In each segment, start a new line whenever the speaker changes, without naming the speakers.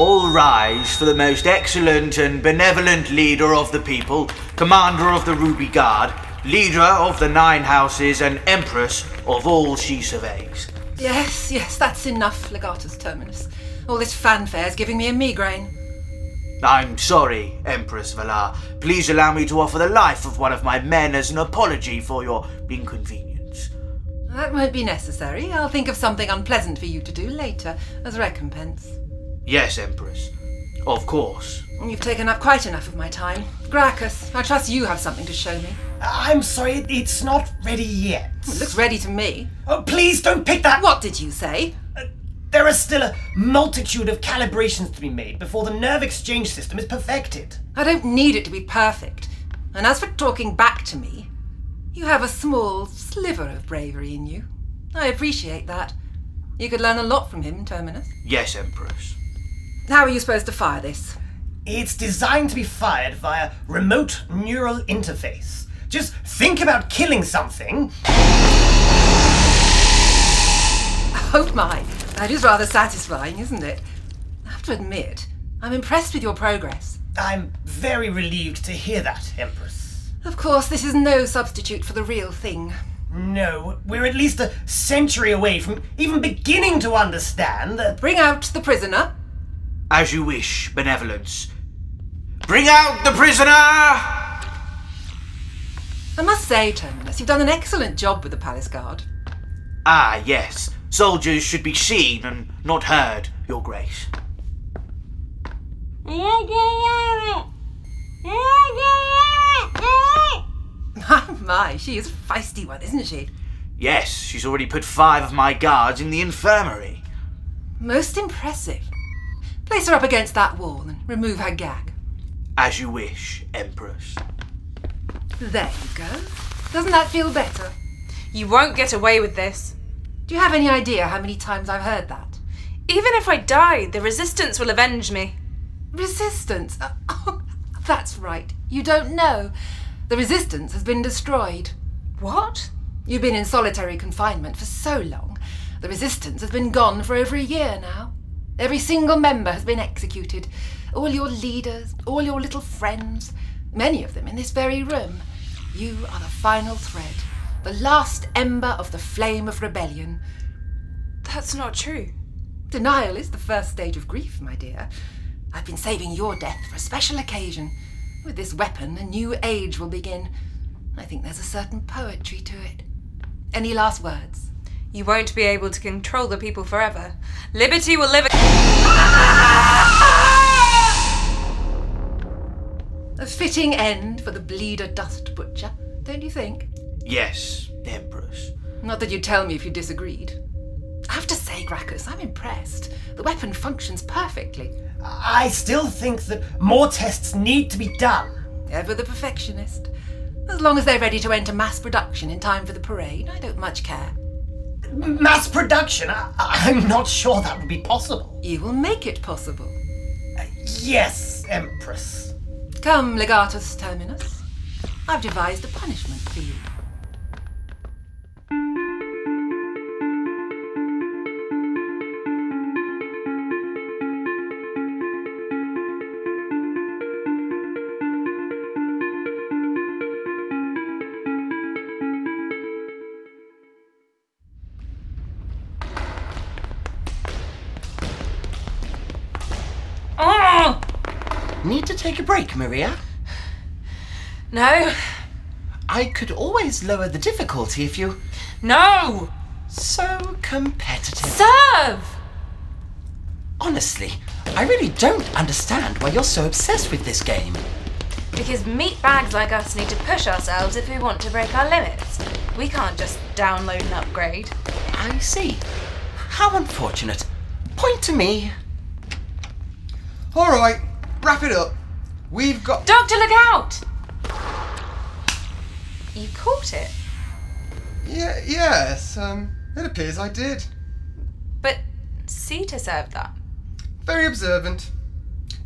All rise for the most excellent and benevolent leader of the people, commander of the Ruby Guard, leader of the Nine Houses, and empress of all she surveys.
Yes, yes, that's enough, Legatus Terminus. All this fanfare is giving me a migraine.
I'm sorry, Empress Valar. Please allow me to offer the life of one of my men as an apology for your inconvenience.
That won't be necessary. I'll think of something unpleasant for you to do later as recompense.
Yes, Empress. Of course.
You've taken up quite enough of my time. Gracchus, I trust you have something to show me.
I'm sorry, it- it's not ready yet.
It looks ready to me.
Oh, please don't pick that.
What did you say?
There are still a multitude of calibrations to be made before the nerve exchange system is perfected.
I don't need it to be perfect. And as for talking back to me, you have a small sliver of bravery in you. I appreciate that. You could learn a lot from him, Terminus.
Yes, Empress.
How are you supposed to fire this?
It's designed to be fired via remote neural interface. Just think about killing something.
Oh my, that is rather satisfying, isn't it? I have to admit, I'm impressed with your progress.
I'm very relieved to hear that, Empress.
Of course, this is no substitute for the real thing.
No, we're at least a century away from even beginning to understand that.
Bring out the prisoner.
As you wish, Benevolence. Bring out the prisoner!
I must say, Terminus, you've done an excellent job with the palace guard.
Ah, yes. Soldiers should be seen and not heard, Your Grace.
My, Ah, my, she is a feisty one, isn't she?
Yes, she's already put five of my guards in the infirmary.
Most impressive. Place her up against that wall and remove her gag.
As you wish, Empress.
There you go. Doesn't that feel better?
You won't get away with this.
Do you have any idea how many times I've heard that?
Even if I die, the resistance will avenge me.
Resistance. Oh, that's right. You don't know. The resistance has been destroyed.
What?
You've been in solitary confinement for so long. The resistance has been gone for over a year now. Every single member has been executed. All your leaders, all your little friends, many of them in this very room. You are the final thread, the last ember of the flame of rebellion.
That's not true.
Denial is the first stage of grief, my dear. I've been saving your death for a special occasion. With this weapon, a new age will begin. I think there's a certain poetry to it. Any last words?
You won't be able to control the people forever. Liberty will live.
A fitting end for the bleeder dust butcher, don't you think?
Yes, Empress.
Not that you'd tell me if you disagreed. I have to say, Gracchus, I'm impressed. The weapon functions perfectly.
I still think that more tests need to be done.
Ever the perfectionist. As long as they're ready to enter mass production in time for the parade, I don't much care.
Mass production? I- I'm not sure that would be possible.
You will make it possible.
Yes, Empress.
Come, Legatus Terminus. I've devised a punishment for you.
Oh!
Need to take a break, Maria?
No!
I could always lower the difficulty if you.
No!
So competitive.
Serve!
Honestly, I really don't understand why you're so obsessed with this game.
Because meat bags like us need to push ourselves if we want to break our limits. We can't just download and upgrade.
I see. How unfortunate. Point to me.
All right, wrap it up. We've got.
Doctor, look out! You caught it,
Yeah, yes. Um, it appears I did.
but Sita served that.
Very observant.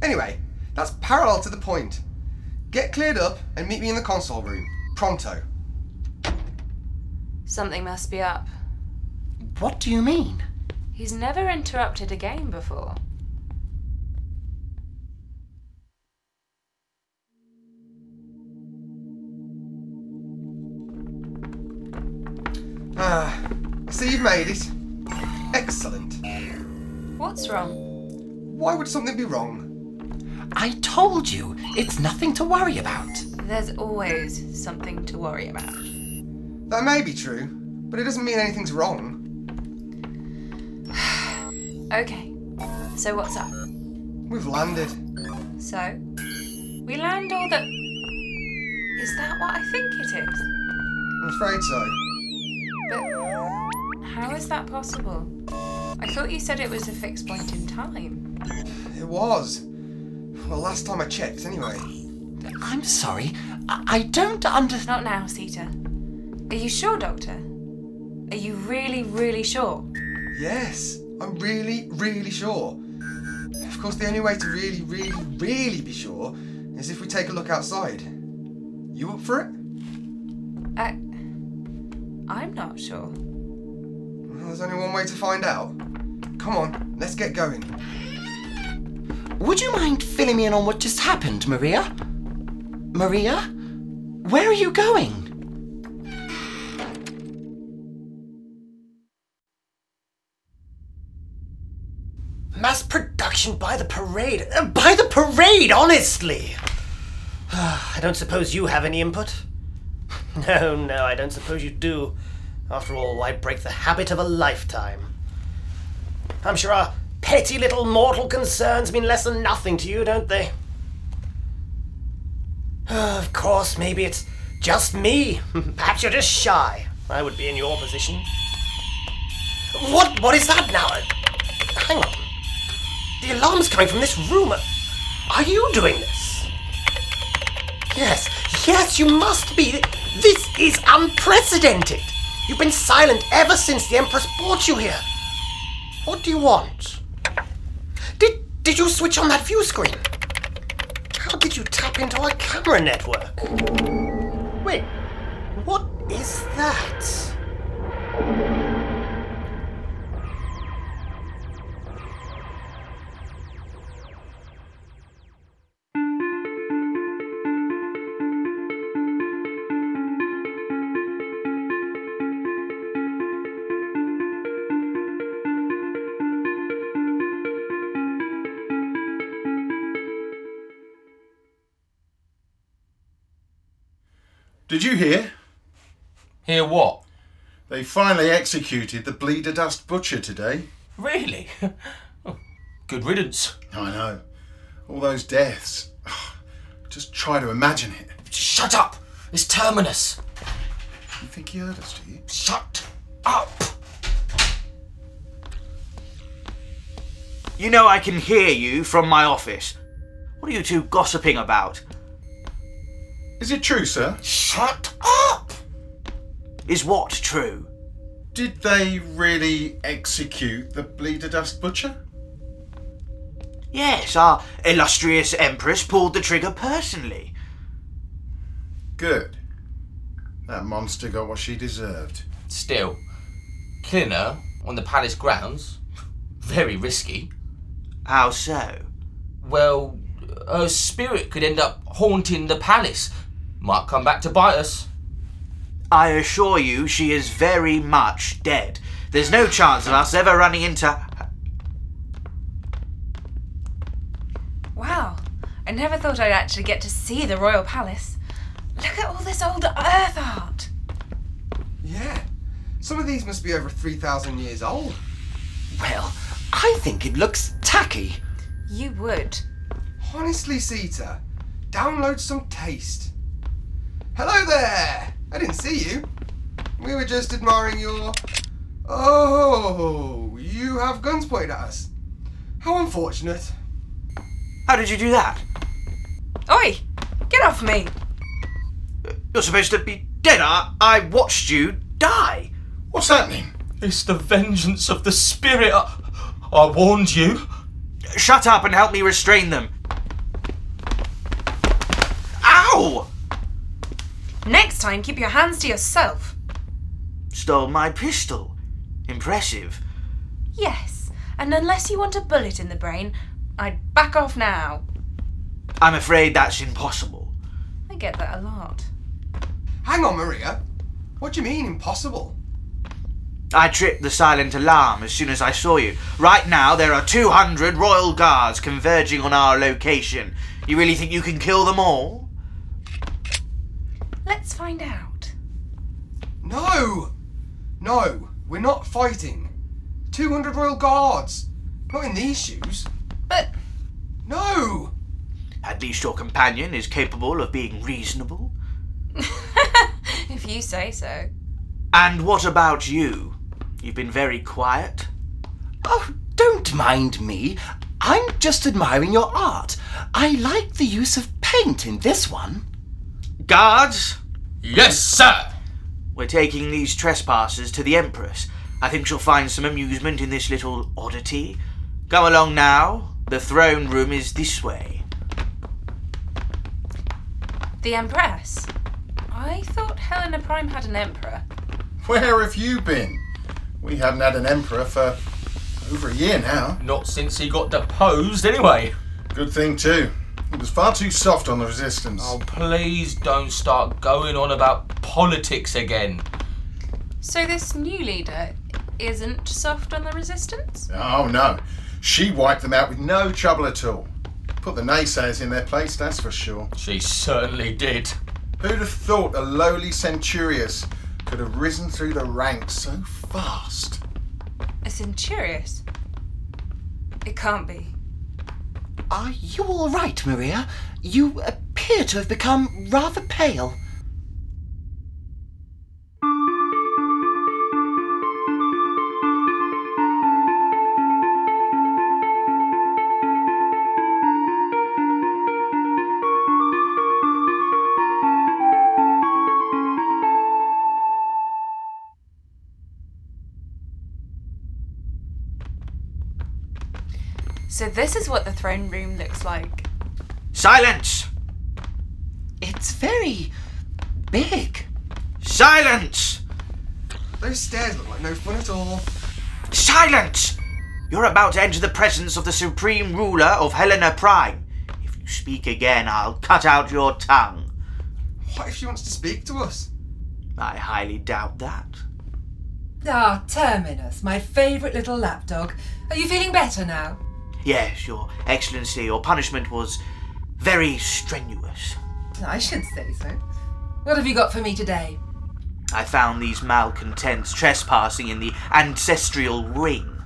Anyway, that's parallel to the point. Get cleared up and meet me in the console room pronto.
Something must be up.
What do you mean?
He's never interrupted a game before.
Ah, I see you've made it. Excellent.
What's wrong?
Why would something be wrong?
I told you, it's nothing to worry about.
There's always something to worry about.
That may be true, but it doesn't mean anything's wrong.
Okay, so what's up?
We've landed.
So, we land all the. Is that what I think it is?
I'm afraid so.
But how is that possible? I thought you said it was a fixed point in time.
It was. Well, last time I checked, anyway.
I'm sorry, I, I don't under.
Not now, Sita. Are you sure, Doctor? Are you really, really sure?
Yes, I'm really, really sure. Of course, the only way to really, really, really be sure is if we take a look outside. You up for it?
I. Uh, I'm not sure.
Well, there's only one way to find out. Come on, let's get going.
Would you mind filling me in on what just happened, Maria? Maria? Where are you going?
Mass production by the parade. Uh, by the parade, honestly! I don't suppose you have any input? No, no, I don't suppose you do. After all, why break the habit of a lifetime? I'm sure our petty little mortal concerns mean less than nothing to you, don't they? Uh, of course, maybe it's just me. Perhaps you're just shy. I would be in your position. What? What is that now? Uh, Hang on. The alarm's coming from this room. Are you doing this? Yes, yes, you must be. This is unprecedented. You've been silent ever since the Empress brought you here. What do you want? Did did you switch on that view screen? How did you tap into our camera network? Wait, what is that?
Did you hear?
Hear what?
They finally executed the Bleeder Dust Butcher today.
Really? Oh, Good riddance.
I know. All those deaths. Just try to imagine it.
Shut up! It's Terminus.
You think he heard us, do you?
Shut up!
You know I can hear you from my office. What are you two gossiping about?
Is it true, sir?
Shut up!
Is what true?
Did they really execute the Bleeder Dust Butcher?
Yes, our illustrious Empress pulled the trigger personally.
Good. That monster got what she deserved.
Still, killing her on the palace grounds? Very risky.
How so?
Well, her spirit could end up haunting the palace. Might come back to bite us.
I assure you, she is very much dead. There's no chance of us ever running into.
Wow, I never thought I'd actually get to see the royal palace. Look at all this old earth art.
Yeah. Some of these must be over 3,000 years old.
Well, I think it looks tacky.
You would.
Honestly, Sita, download some taste. Hello there! I didn't see you. We were just admiring your. Oh, you have guns pointed at us. How unfortunate.
How did you do that?
Oi! Get off me!
You're supposed to be dead. I, I watched you die.
What's happening?
It's the vengeance of the spirit. I, I warned you.
Shut up and help me restrain them. Ow!
Next time, keep your hands to yourself.
Stole my pistol. Impressive.
Yes, and unless you want a bullet in the brain, I'd back off now.
I'm afraid that's impossible.
I get that a lot.
Hang on, Maria. What do you mean, impossible?
I tripped the silent alarm as soon as I saw you. Right now, there are 200 royal guards converging on our location. You really think you can kill them all?
Let's find out.
No! No, we're not fighting. 200 Royal Guards! Not in these shoes.
But
No!
At least your companion is capable of being reasonable.
if you say so.
And what about you? You've been very quiet.
Oh, don't mind me. I'm just admiring your art. I like the use of paint in this one.
Guards,
Yes, sir!
We're taking these trespassers to the Empress. I think she'll find some amusement in this little oddity. Come along now. The throne room is this way.
The Empress. I thought Helena Prime had an emperor.
Where have you been? We haven't had an emperor for over a year now.
Not since he got deposed, anyway.
Good thing, too. It was far too soft on the resistance.
Oh, please don't start going on about politics again.
So this new leader isn't soft on the resistance?
Oh no, she wiped them out with no trouble at all. Put the naysayers in their place, that's for sure.
She certainly did.
Who'd have thought a lowly centurious could have risen through the ranks so fast?
A centurious? It can't be.
Are you all right, Maria? You appear to have become rather pale.
So this is what the throne room looks like.
Silence!
It's very big.
Silence!
Those stairs look like no fun at all.
Silence! You're about to enter the presence of the supreme ruler of Helena Prime. If you speak again, I'll cut out your tongue.
What if she wants to speak to us?
I highly doubt that.
Ah, Terminus, my favourite little lapdog. Are you feeling better now?
Yes, Your Excellency, your punishment was very strenuous.
I should say so. What have you got for me today?
I found these malcontents trespassing in the ancestral ring.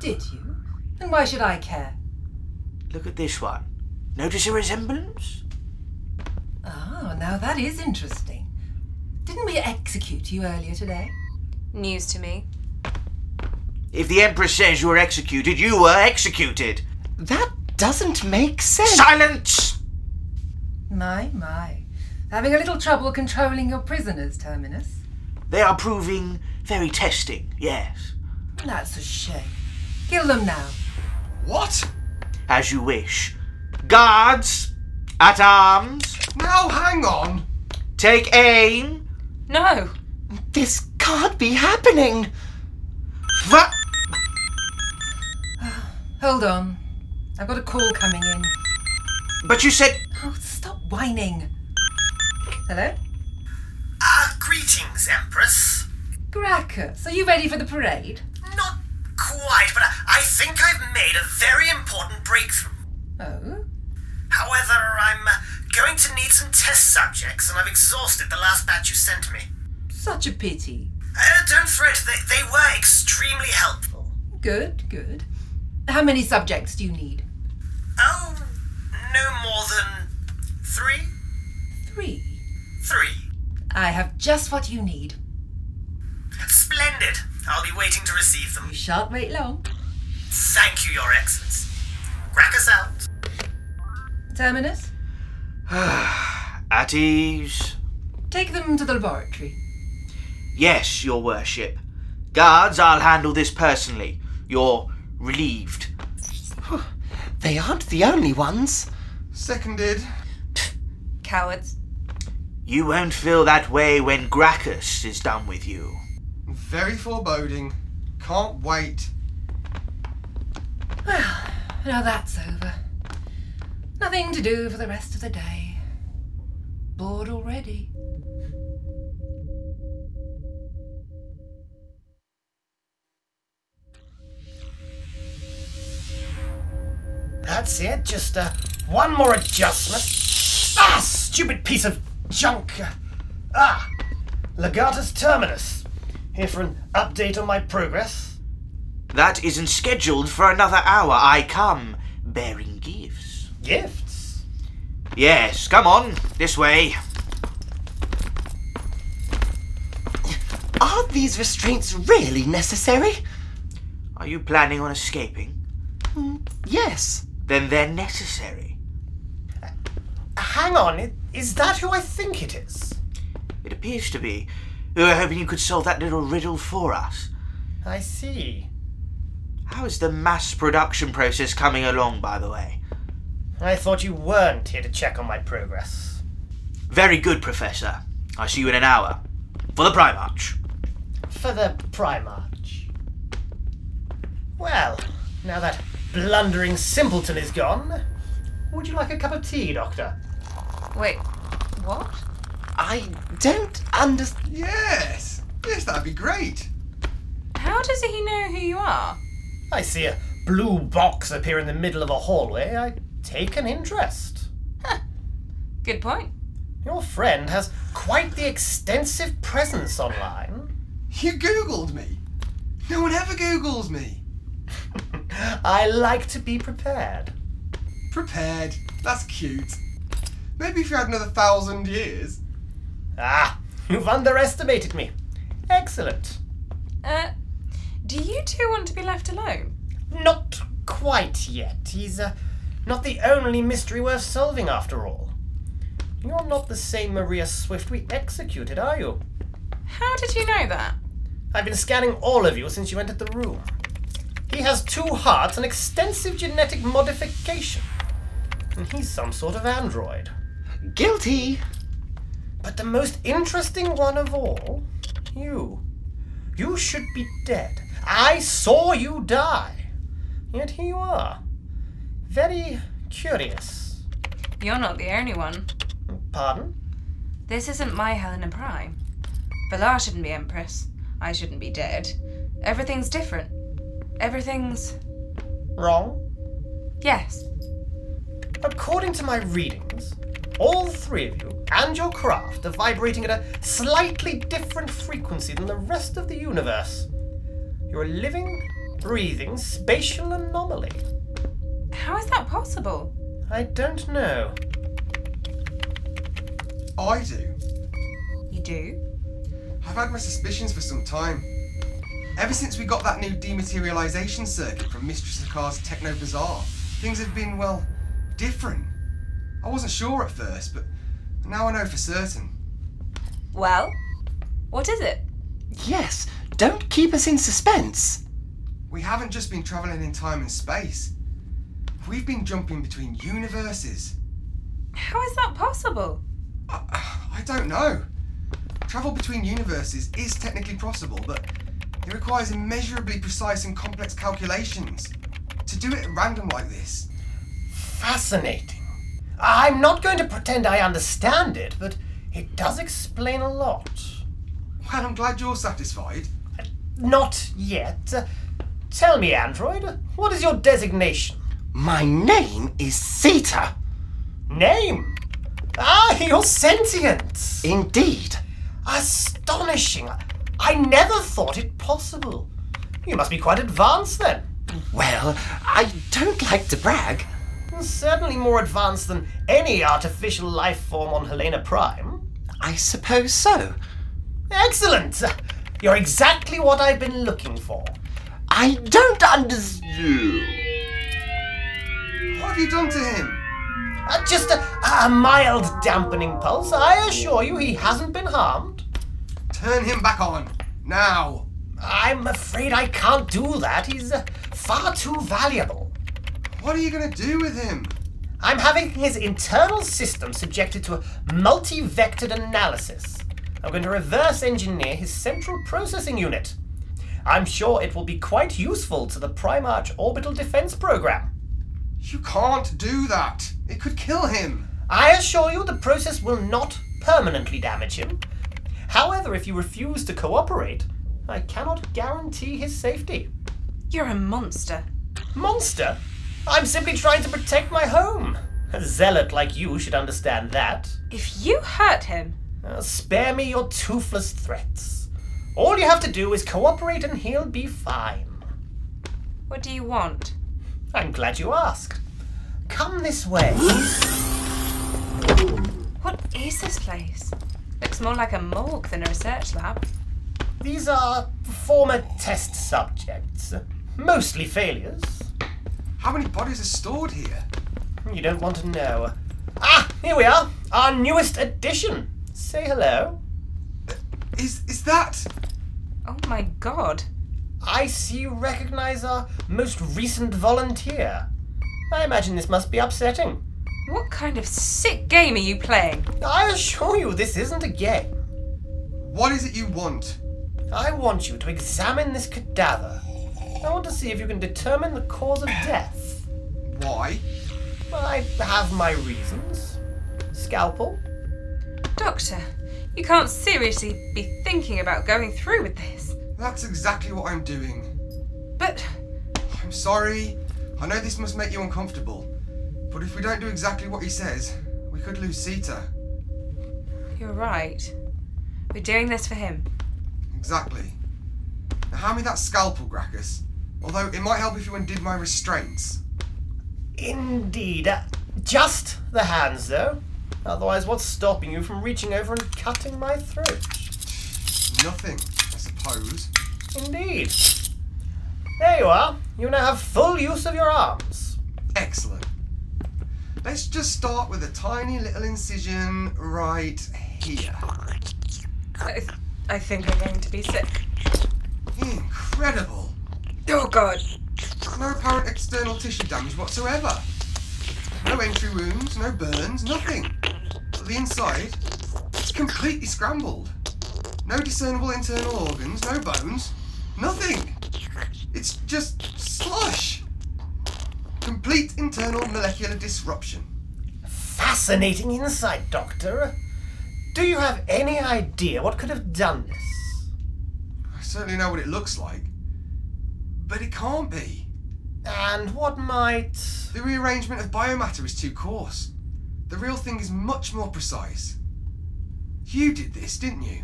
Did you? And why should I care?
Look at this one. Notice a resemblance?
Ah, now that is interesting. Didn't we execute you earlier today?
News to me.
If the Empress says you were executed, you were executed.
That doesn't make sense.
Silence!
My, my. Having a little trouble controlling your prisoners, Terminus.
They are proving very testing, yes.
That's a shame. Kill them now.
What?
As you wish. Guards, at arms,
Now Oh, hang on!
take aim.
No!
this can't be happening.
Va-
Hold on. I've got a call coming in.
but you said.
Oh, stop whining. Hello?
Ah, greetings, Empress.
Gracchus, are you ready for the parade?
Not quite, but I, I think I've made a very important breakthrough.
Oh?
However, I'm uh, going to need some test subjects, and I've exhausted the last batch you sent me.
Such a pity.
Uh, don't fret, they, they were extremely helpful.
Good, good. How many subjects do you need?
Oh, no more than three?
Three.
Three.
I have just what you need.
Splendid. I'll be waiting to receive them.
You shan't wait long.
Thank you, Your Excellency. Crackers out.
Terminus,
At ease.
take them to the laboratory.
Yes, Your Worship. Guards, I'll handle this personally. You're relieved.
They aren't the only ones.
Seconded.
Cowards.
You won't feel that way when Gracchus is done with you.
Very foreboding. Can't wait.
Now that's over. Nothing to do for the rest of the day. Bored already.
That's it. Just uh, one more adjustment. Ah, stupid piece of junk. Ah, Legatus Terminus. Here for an update on my progress.
That isn't scheduled for another hour. I come bearing gifts.
Gifts.
Yes, come on, this way.
Are these restraints really necessary?
Are you planning on escaping?
Yes.
Then they're necessary.
Hang on. i- Is that who I think it is?
It appears to be. We were hoping you could solve that little riddle for us.
I see.
How is the mass production process coming along, by the way?
I thought you weren't here to check on my progress.
Very good, Professor. I see you in an hour. For the Primarch.
For the Primarch. Well, now that blundering simpleton is gone, would you like a cup of tea, Doctor?
Wait, what?
I don't understand.
Yes! Yes, that'd be great.
How does he know who you are?
I see a blue box appear in the middle of a hallway. I take an interest.
Good point.
Your friend has quite the extensive presence online.
You Googled me. No one ever Googles me.
I like to be prepared.
Prepared. That's cute. Maybe if you had another thousand years.
Ah, you've underestimated me. Excellent.
Uh, do you two want to be left alone?
Not quite yet. He's uh, not the only mystery worth solving, after all. You're not the same Maria Swift we e-, executed, are you?
How did you know that?
I've been scanning all of you since you entered the room. He has two hearts and extensive genetic modification. And he's some sort of android.
Guilty.
But the most interesting one of all, you. You should be dead. I saw you die. Yet here you are. Very curious.
You're not the only one.
Pardon?
This isn't my Helena Prime. Valar shouldn't be Empress. I shouldn't be dead. Everything's different. Everything's.
Wrong?
Yes.
According to my readings, all three of you and your craft are vibrating at a slightly different frequency than the rest of the universe. You're a living, breathing, spatial anomaly.
How is that possible?
I don't know.
I do.
You do?
I've had my suspicions for some time. Ever since we got that new dematerialization circuit from Mistress Akar's Techno Bazaar, things have been, well, different. I wasn't sure at first, but now I know for certain.
Well, what is it?
Yes. Don't keep us in suspense.
We haven't just been traveling in time and space. We've been jumping between universes.
How is that possible?
I, I don't know. Travel between universes is technically possible, but it requires immeasurably precise and complex calculations. To do it at random like this,
Fascinating. I'm not going to pretend I understand it, but it does explain a lot.
well, I'm glad you're satisfied.
Not yet. Uh, tell me, Android, what is your designation?
My name is Sita.
Name? Ah, you're sentient!
Indeed.
Astonishing! I never thought it possible. You must be quite advanced then.
Well, I don't like to brag.
Certainly more advanced than any artificial life form on Helena Prime.
I suppose so.
Excellent! You're exactly what I've been looking for.
I don't understand.
What have you done to him?
Uh, just a, a mild dampening pulse. I assure you he hasn't been harmed.
Turn him back on. Now.
I'm afraid I can't do that. He's uh, far too valuable.
What are you going to do with him?
I'm having his internal system subjected to a multi vectored analysis. I'm going to reverse engineer his central processing unit. I'm sure it will be quite useful to the Primarch Orbital Defense Program.
You can't do that. It could kill him.
I assure you the process will not permanently damage him. However, if you refuse to cooperate, I cannot guarantee his safety.
You're a monster.
Monster? I'm simply trying to protect my home. A zealot like you should understand that.
If you hurt him,
Uh, spare me your toothless threats. All you have to do is cooperate and he'll be fine.
what do you want?
I'm glad you asked. Come this way.
What is this place? Looks more like a morgue than a research lab.
These are former test subjects, mostly failures.
How many bodies are stored here?
You don't want to know. Ah, here we are, our newest addition. Say hello.
Is is that?
Oh my god.
I see you recognize our most recent volunteer. I imagine this must be upsetting.
What kind of sick game are you playing?
I assure you, this isn't a game.
What is it you want?
I want you to examine this cadaver. I want to see if you can determine the cause of death.
Why?
I have my reasons. Scalpel?
Doctor, you can't seriously be thinking about going through with this.
That's exactly what I'm doing.
But
I'm sorry. I know this must make you uncomfortable, but if we don't do exactly what he says, we could lose Sita.
you're right. We're doing this for him.
Exactly. Now hand me that scalpel, Gracchus. Although it might help if you undid my restraints.
Indeed. Uh, Just the hands, though. Otherwise, what's stopping you from reaching over and cutting my throat?
Nothing, I suppose.
Indeed. There you are. You now have full use of your arms.
Excellent. Let's just start with a tiny little incision right here.
I, I think I'm going to be sick.
Incredible.
Oh god.
No apparent external tissue damage whatsoever. No entry wounds, no burns, nothing. But the inside, it's completely scrambled. No discernible internal organs, no bones, nothing. It's just slush. Complete internal molecular disruption.
Fascinating insight, Doctor. Do you have any idea what could have done this?
I certainly know what it looks like, but it can't be.
And what might.
The rearrangement of biomatter is too coarse. The real thing is much more precise. You did this, didn't you?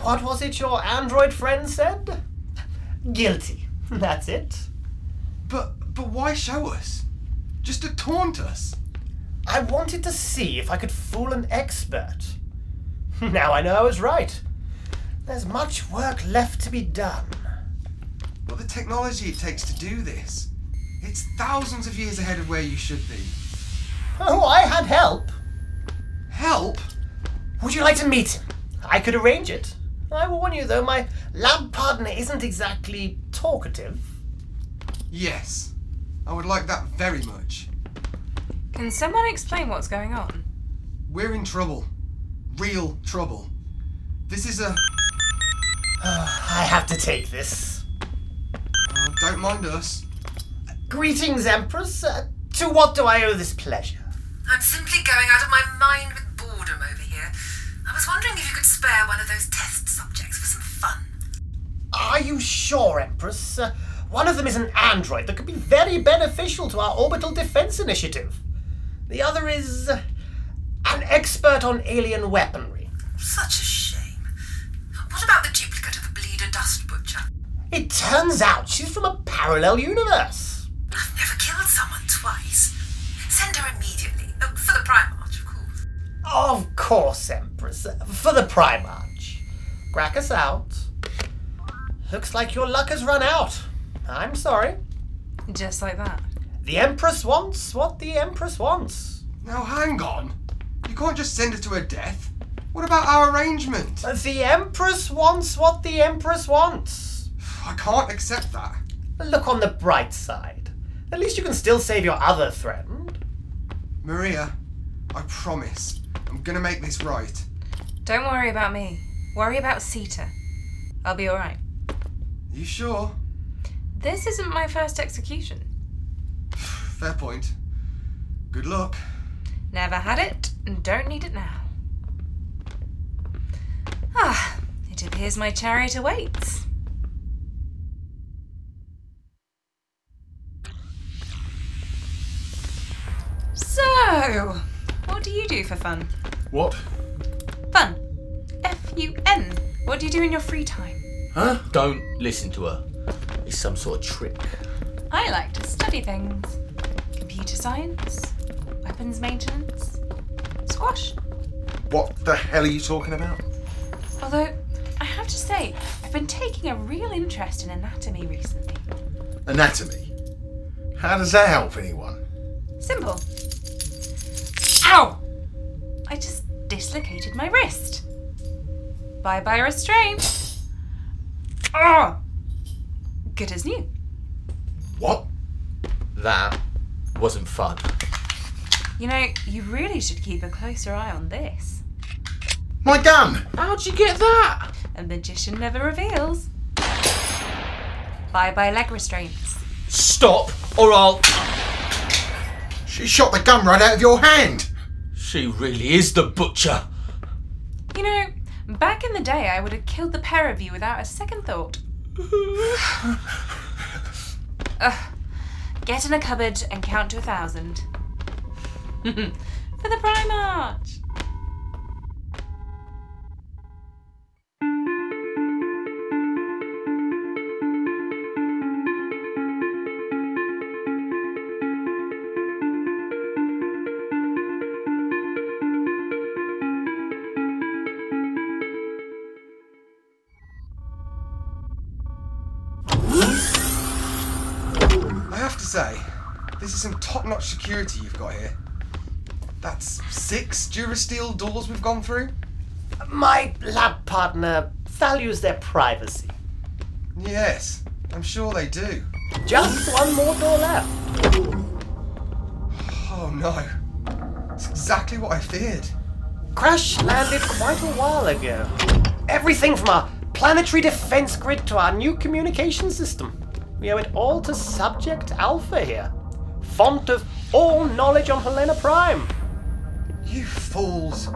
What was it your android friend said? Guilty. That's it.
But but why show us? Just to taunt us?
I wanted to see if I could fool an expert. Now I know I was right. There's much work left to be done.
But the technology it takes to do this, it's thousands of years ahead of where you should be.
Oh, I had help.
Help?
Would you like to meet him? I could arrange it. I warn you, though, my lab partner isn't exactly talkative.
Yes. I would like that very much.
Can someone explain what's going on?
We're in trouble. Real trouble. This is a.
I have to take this.
uh, don't mind us.
Greetings, Empress. Uh, to what do I owe this pleasure?
I'm simply going out of my mind with boredom over here. I was wondering if you could spare one of those test subjects for some fun.
Are you sure, Empress? Uh, one of them is an android that could be very beneficial to our orbital defense initiative. The other is uh, an expert on alien weaponry.
Such a shame. What about the duplicate of the Bleeder Dust Butcher?
It turns out she's from a parallel universe.
I've never killed someone twice. Send her immediately. Oh, for the Primarch, of course.
Of course, Empress. For the Primarch. Gracchus out. Looks like your luck has run out. I'm sorry.
Just like that.
The Empress wants what the Empress wants.
Now hang on. You can't just send her to her death. What about our arrangement?
The Empress wants what the Empress wants.
I can't accept that.
Look on the bright side. At least you can still save your other friend.
Maria, I promise. I'm gonna make this right.
Don't worry about me. Worry about Sita. I'll be alright.
You sure?
This isn't my first execution.
Fair point. Good luck.
Never had it, and don't need it now. Ah, it appears my chariot awaits. So, what do you do for fun?
What?
Fun. F U N. What do you do in your free time?
Huh? Don't listen to her. It's some sort of trick.
I like to study things computer science, weapons maintenance, squash.
What the hell are you talking about?
Although, I have to say, I've been taking a real interest in anatomy recently.
Anatomy. How does that help anyone?
Simple. Ow! I just dislocated my wrist. Bye bye restraint. Ah! Good as new.
What?
That wasn't fun.
You know, you really should keep a closer eye on this.
My gun!
How'd you get that?
A magician never reveals. Bye bye leg restraints.
Stop, or I'll.
She shot the gun right out of your hand!
She really is the butcher.
You know, back in the day, I would have killed the pair of you without a second thought. Ugh. Get in a cupboard and count to a thousand. For the Primarch!
I have to say, this is some top-notch security you've got here. That's six Durasteel doors we've gone through.
My lab partner values their privacy.
Yes, I'm sure they do.
Just one more door left.
Oh no, it's exactly what I feared.
Crash landed quite a while ago. Everything from our planetary defense grid to our new communication system. We owe it all to Subject Alpha here. Font of all knowledge on Helena Prime.
You fools!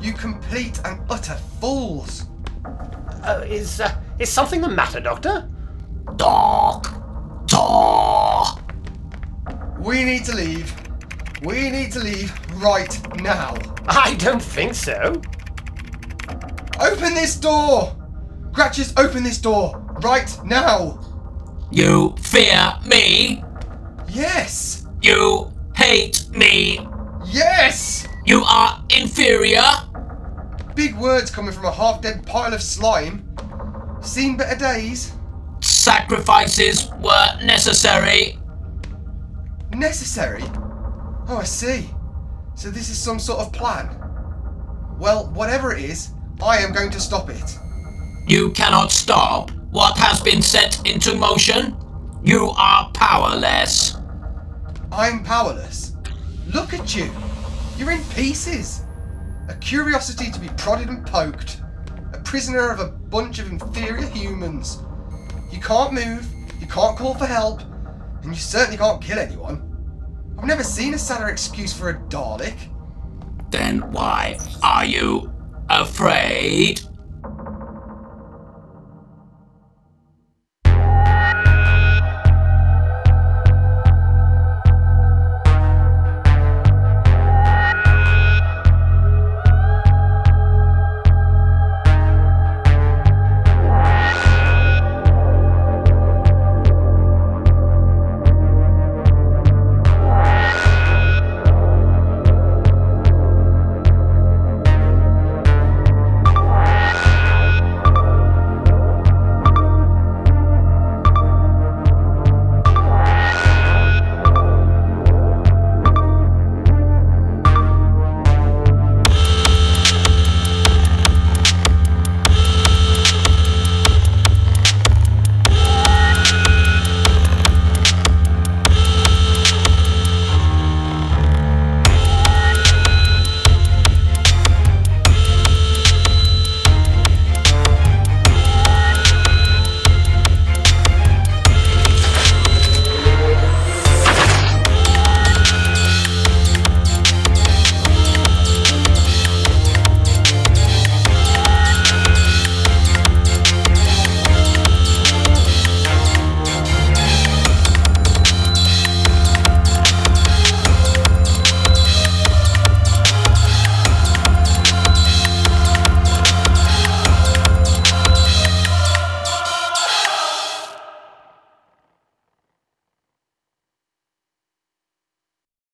You complete and utter fools!
Uh, is uh, is something the matter, Doctor?
We need to leave. We need to leave right now.
I don't think so.
Open this door! Gratches, open this door right now!
You fear me.
Yes!
You hate me.
Yes!
You are inferior.
Big words coming from a half dead pile of slime. Seen better days.
Sacrifices were necessary.
Necessary? Oh, I see. So this is some sort of plan. Well, whatever it is, I am going to stop it.
You cannot stop what has been set into motion. You are powerless.
I'm powerless. Look at you. You're in pieces. A curiosity to be prodded and poked. A prisoner of a bunch of inferior humans. You can't move, you can't call for help, and you certainly can't kill anyone. I've never seen a sadder excuse for a Dalek.
Then why are you afraid?